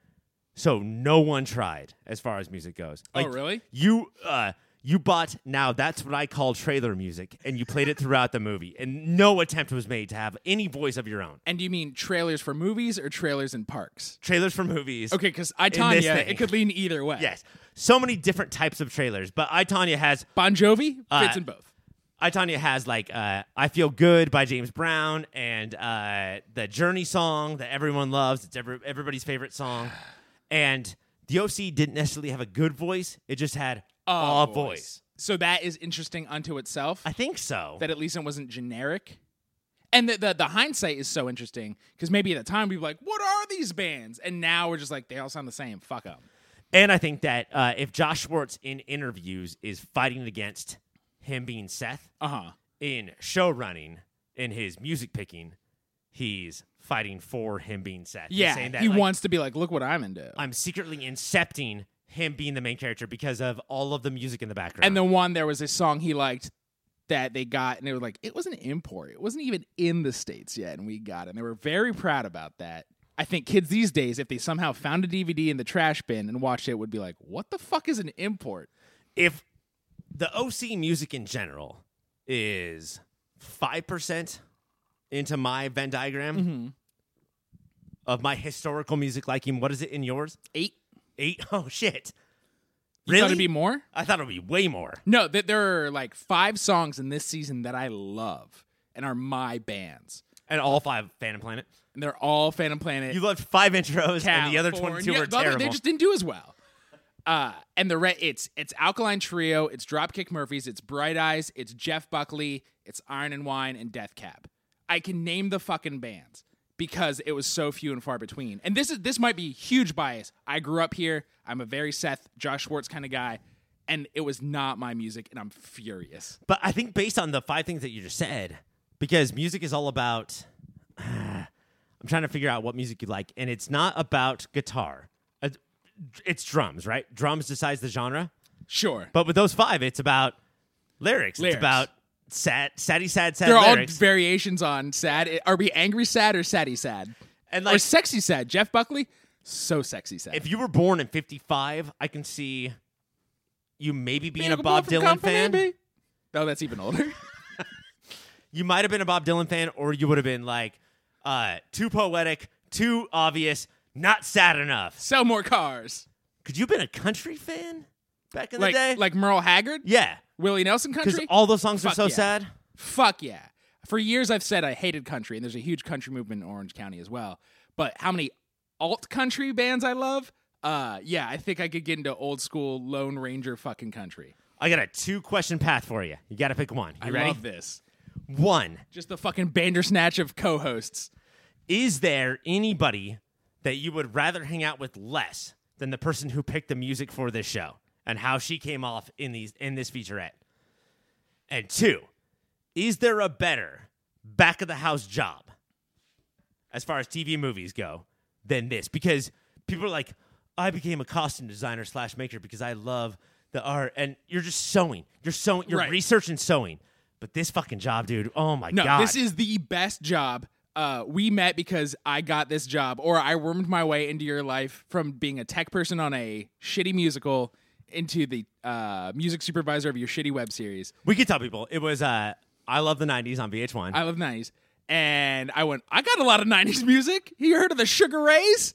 C: So no one tried as far as music goes.
B: Oh,
C: Like,
B: really?
C: You uh, you bought now that's what I call trailer music, and you played it throughout the movie, and no attempt was made to have any voice of your own.
B: And do you mean trailers for movies or trailers in parks?
C: Trailers for movies.
B: Okay, because I
C: this
B: Tanya,
C: thing.
B: it could lean either way.
C: Yes. So many different types of trailers, but I Tanya has
B: Bon Jovi fits
C: Uh,
B: in both.
C: I Tanya has like uh, "I Feel Good" by James Brown and uh, the Journey song that everyone loves. It's every, everybody's favorite song. And the OC didn't necessarily have a good voice; it just had a, voice.
B: So that is interesting unto itself.
C: I think so.
B: that at least it wasn't generic. And the, the the hindsight is so interesting because maybe at the time we were like, "What are these bands?" And now we're just like, "They all sound the same." Fuck up.
C: and I think that uh, if Josh Schwartz in interviews is fighting against him being Seth
B: Uh huh.
C: in show running, in his music picking, he's fighting for him being Seth. He's
B: Yeah,
C: saying that,
B: he
C: like,
B: wants to be like, "Look what I'm into."
C: I'm secretly incepting him being the main character because of all of the music in the background.
B: and the one there was a song he liked that they got, and they were like, "It was an import. It wasn't even in the states yet, and we got it." And they were very proud about that. I think kids these days, if they somehow found a DVD in the trash bin and watched it, would be like, "What the fuck is an import?"
C: if the OC music in general is five percent into my Venn diagram
B: Mm-hmm.
C: of my historical music liking, what is it in yours?
B: Eight.
C: Eight? Oh shit!
B: You thought it'd be more?
C: I thought it'd be way more.
B: No, that there are like five songs in this season that I love and are my bands,
C: And all five Phantom Planet.
B: and they're all Phantom Planet.
C: You loved five intros, and the other
B: California.
C: twenty-two were
B: The other-
C: terrible.
B: They just didn't do as well. Uh, and the re- it's it's Alkaline Trio, it's Dropkick Murphys, it's Bright Eyes, it's Jeff Buckley, it's Iron and Wine, and Death Cab. I can name the fucking bands because it was so few and far between. And this is this might be huge bias. I grew up here. I'm a very Seth Josh Schwartz kind of guy, and it was not my music, and I'm furious.
C: But I think based on the five things that you just said, because music is all about, I'm trying to figure out what music you like, and it's not about guitar. Uh, It's drums, right? Drums decides the genre.
B: Sure,
C: But with those five, it's about lyrics.
B: Lyrics.
C: It's about sad, saddy, sad, sad
B: they're all
C: lyrics.
B: variations on sad. Are we angry sad or saddy sad?
C: and
B: or
C: like,
B: sexy sad. Jeff Buckley, so sexy sad.
C: if you were born in '55, I can see you maybe being a
B: Miracle
C: Bob
B: Boy from
C: Dylan
B: Company,
C: fan.
B: baby. Oh, that's even older.
C: you might have been a Bob Dylan fan, or you would have been like, uh, too poetic, too obvious, not sad enough.
B: Sell more cars.
C: Could you have been a country fan back in
B: Like
C: the day?
B: like Merle Haggard?
C: yeah,
B: Willie Nelson
C: because
B: country?
C: all those songs are
B: Fuck
C: so
B: yeah.
C: sad.
B: Fuck yeah. For years, I've said I hated country, and there's a huge country movement in Orange County as well. But how many alt country bands I love? Uh, yeah, I think I could get into old school Lone Ranger fucking country.
C: I got a two question path for you. You got to pick one. You
B: I
C: ready?
B: love this.
C: One.
B: Just the fucking bandersnatch of co-hosts.
C: Is there anybody that you would rather hang out with less than the person who picked the music for this show and how she came off in these in this featurette? And two, is there a better back of the house job as far as TV movies go than this? Because people are like, I became a costume designer slash maker because I love the art, and you're just sewing, you're sewing, you're
B: Right.
C: researching sewing. But this fucking job, dude. Oh my
B: No,
C: god!
B: this is the best job. Uh, we met because I got this job, or I wormed my way into your life from being a tech person on a shitty musical into the uh, music supervisor of your shitty web series.
C: We could tell people it was uh, I love the '90s on VH1.
B: I love 90s. And I went, I got a lot of 90s music. You heard of the Sugar Rays?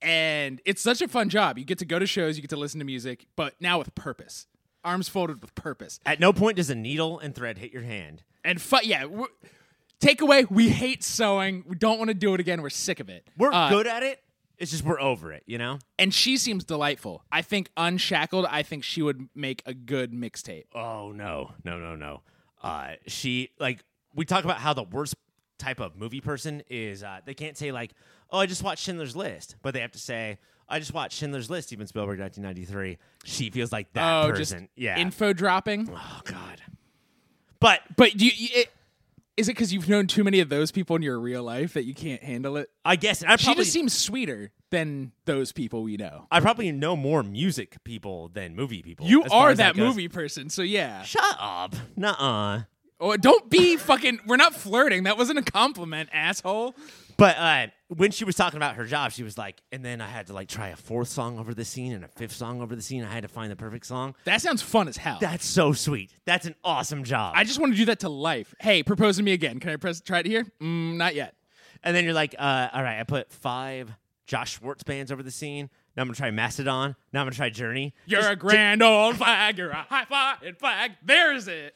B: And it's such a fun job. You get to go to shows, you get to listen to music, but now with purpose. Arms folded with purpose.
C: At no point does a needle and thread hit your hand.
B: And fu- yeah, w- takeaway, we hate sewing. We don't want to do it again. We're sick of it.
C: We're
B: Uh,
C: good at it. It's just we're over it, you know.
B: And she seems delightful. I think unshackled, I think she would make a good mixtape.
C: Oh no, no, no, no. Uh, she like we talk about how the worst type of movie person is. Uh, they can't say like, "Oh, I just watched Schindler's List," but they have to say, "I just watched Schindler's List." Steven Spielberg, 1993. She feels like that
B: Oh,
C: person.
B: just
C: yeah.
B: info dropping.
C: oh God. But
B: But you, you it, is it because you've known too many of those people in your real life that you can't handle it?
C: I guess I
B: She
C: probably
B: just seems sweeter than those people we know.
C: I probably know more music people than movie people.
B: You
C: as far
B: are
C: as
B: that
C: goes.
B: movie person, so yeah.
C: Shut up. Nuh-uh.
B: Oh, don't be fucking. We're not flirting. That wasn't a compliment, asshole.
C: But uh, when she was talking about her job, she was like, and then I had to like try a fourth song over the scene and a fifth song over the scene. I had to find the perfect song.
B: That sounds fun as hell.
C: That's so sweet. That's an awesome job.
B: I just want to do that to life. Hey, propose to me again. Can I press try it here? Mm, not yet.
C: and then you're like, uh, all right, I put five Josh Schwartz bands over the scene. Now I'm gonna try Mastodon. Now I'm gonna try Journey.
B: You're a grand old flag. You're a high flying flag. There's it.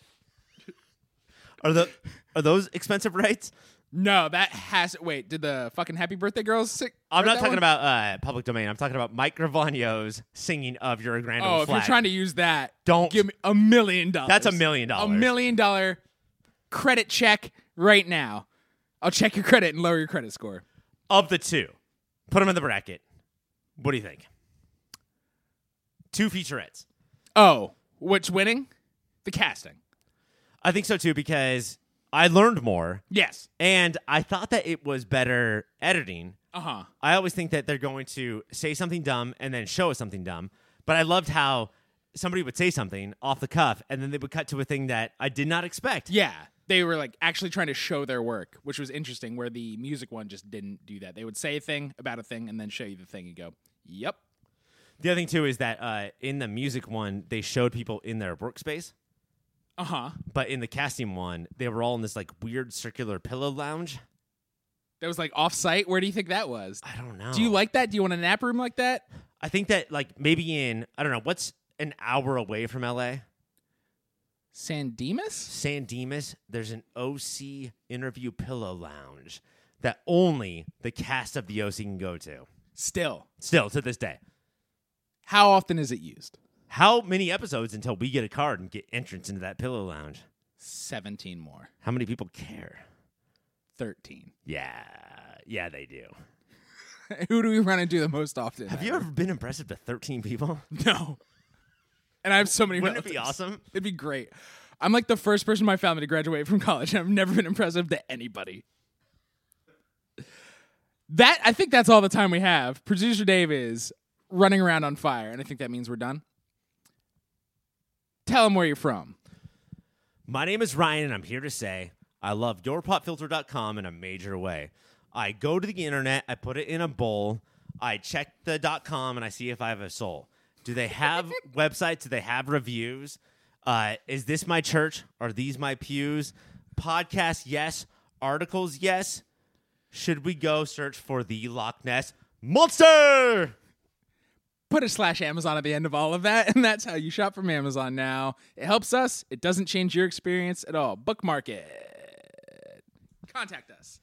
C: Are the are those expensive rights?
B: No, that has. Wait, did the fucking Happy Birthday Girls? Sick,
C: I'm not talking about uh, public domain. I'm talking about Mike Gravano's singing of "You're a Grand
B: Oh,
C: Old
B: if
C: Flag."
B: you're trying to use that,
C: Don't.
B: give me a million dollars.
C: That's a million
B: A
C: dollars.
B: million dollar credit check right now. I'll check your credit and lower your credit score.
C: of the two, put them in the bracket. What do you think? Two featurettes.
B: Oh, what's winning? The casting.
C: I think so too because I learned more
B: Yes.
C: and I thought that it was better editing.
B: Uh huh.
C: I always think that they're going to say something dumb and then show us something dumb. But I loved how somebody would say something off the cuff and then they would cut to a thing that I did not expect.
B: Yeah. They were like actually trying to show their work, which was interesting, where the music one just didn't do that. They would say a thing about a thing and then show you the thing and go, yep.
C: The other thing too is that uh, in the music one, they showed people in their workspace.
B: Uh huh.
C: But in the casting one, they were all in this like weird circular pillow lounge.
B: That was like off site. Where do you think that was?
C: I don't know.
B: Do you like that? Do you want a nap room like that?
C: I think that like maybe in I don't know what's an hour away from LA,
B: San Dimas?
C: San Dimas. There's an OC interview pillow lounge that only the cast of the OC can go to.
B: Still.
C: Still to this day,
B: How often is it used?
C: how many episodes until we get a card and get entrance into that pillow lounge?
B: 17 more.
C: How many people care?
B: 13.
C: Yeah, yeah, they do.
B: Who do we run into the most often?
C: Have you ever been impressive to 13 people?
B: No. And I have so many
C: Wouldn't it be
B: relatives.
C: awesome?
B: It'd be great. I'm like the first person in my family to graduate from college, and I've never been impressive to anybody. That I think that's all the time we have. Producer Dave is running around on fire, and I think that means we're done. Tell him where you're from.
C: My name is Ryan, and I'm here to say I love yourpopfilter.com in a major way. I go to the internet, I put it in a bowl, I check the .com, and I see if I have a soul. Do they have websites? Do they have reviews? Uh, is this my church? Are these my pews? Podcast, yes. Articles, yes. Should we go search for the Loch Ness Monster?
B: Put a slash Amazon at the end of all of that, and that's how you shop from Amazon now. It helps us. It doesn't change your experience at all. Bookmark it. Contact us.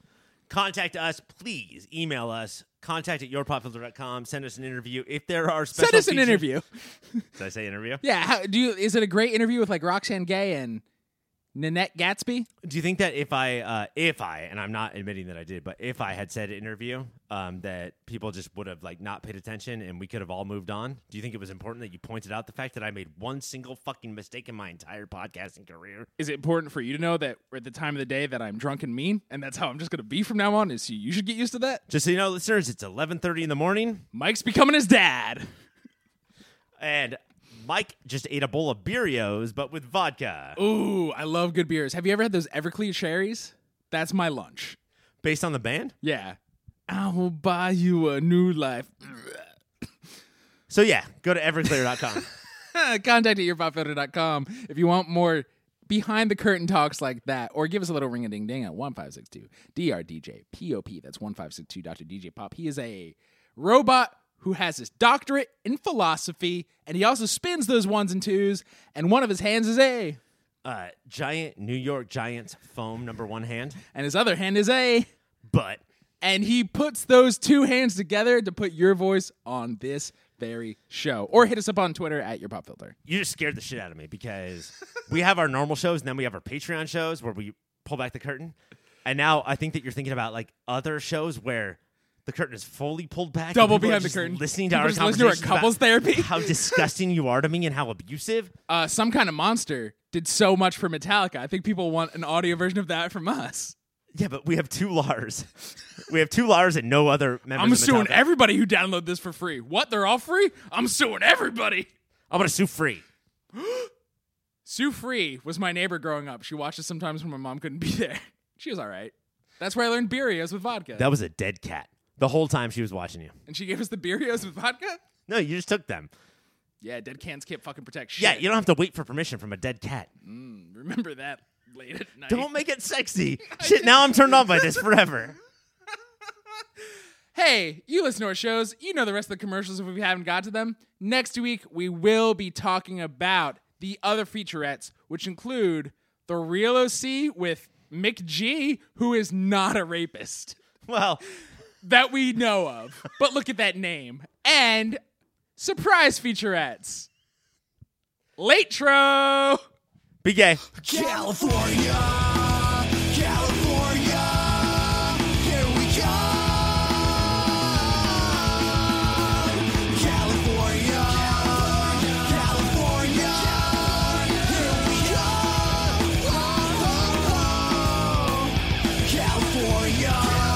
C: Contact us, please. Email us. Contact at yourpopfilter.com. Send us an interview. If there are special
B: Send us an
C: features-
B: interview.
C: Did I say interview?
B: Yeah, how, do you, is it a great interview with like Roxanne Gay and Nanette Gatsby?
C: Do you think that if I, uh, if I, and I'm not admitting that I did, but if I had said interview, um, that people just would have like not paid attention and we could have all moved on? Do you think it was important that you pointed out the fact that I made one single fucking mistake in my entire podcasting career?
B: Is it important for you to know that we're at the time of the day that I'm drunk and mean, and that's how I'm just going to be from now on? Is you, you should get used to that.
C: Just so you know, listeners, it's 11:30 in the morning,
B: Mike's becoming his dad.
C: and Mike just ate a bowl of Birrios, but with vodka,
B: Ooh, I love good beers. Have you ever had those Everclear cherries? That's my lunch.
C: based on the band.
B: Yeah. I will buy you a new life.
C: So yeah, go to everclear.com.
B: Contact at yourpopfilter.com if you want more behind the curtain talks like that, or give us a little ring a ding ding at 1562 DRDJ POP. That's 1562 Dr. DJ Pop. He is a robot who has his doctorate in philosophy, and he also spins those ones and twos, and one of his hands is A,
C: uh, giant New York Giants foam number one hand,
B: and his other hand is A.
C: but
B: and he puts those two hands together to put your voice on this very show. Or hit us up on Twitter at your pop filter.
C: you just scared the shit out of me because we have our normal shows and then we have our Patreon shows where we pull back the curtain. And now I think that you're thinking about like other shows where the curtain is fully pulled back. and
B: Double
C: people are
B: behind the
C: just
B: curtain.
C: listening to
B: People
C: our
B: just listening to our
C: conversations about
B: couples therapy.
C: how disgusting you are to me, and how abusive.
B: Uh, Some kind of monster did so much for Metallica. I think people want an audio version of that from us.
C: Yeah, but we have two Lars. we have two Lars and no other members.
B: I'm
C: of
B: suing
C: Metallica.
B: everybody who download this for free. What? They're all free? I'm suing everybody.
C: I'm gonna sue free.
B: Sue Free was my neighbor growing up. She watched us sometimes when my mom couldn't be there. She was all right. That's where I learned birrios with vodka.
C: That was a dead cat the whole time she was watching you.
B: and she gave us the birrios with vodka?
C: No, you just took them.
B: Yeah, dead cans can't fucking protect shit.
C: Yeah, you don't have to wait for permission from a dead cat.
B: Remember that late at night.
C: Don't make it sexy. Shit, now I'm turned on by this forever.
B: Hey, you listen to our shows. You know the rest of the commercials if we haven't got to them. Next week, we will be talking about the other featurettes, which include The Real OC with Mick G, who is not a rapist
C: Well,
B: that we know of. but look at that name. And surprise featurettes. Latro!
C: be gay.
A: California, California, here we come. California, California, here we come. Oh, oh, oh. California.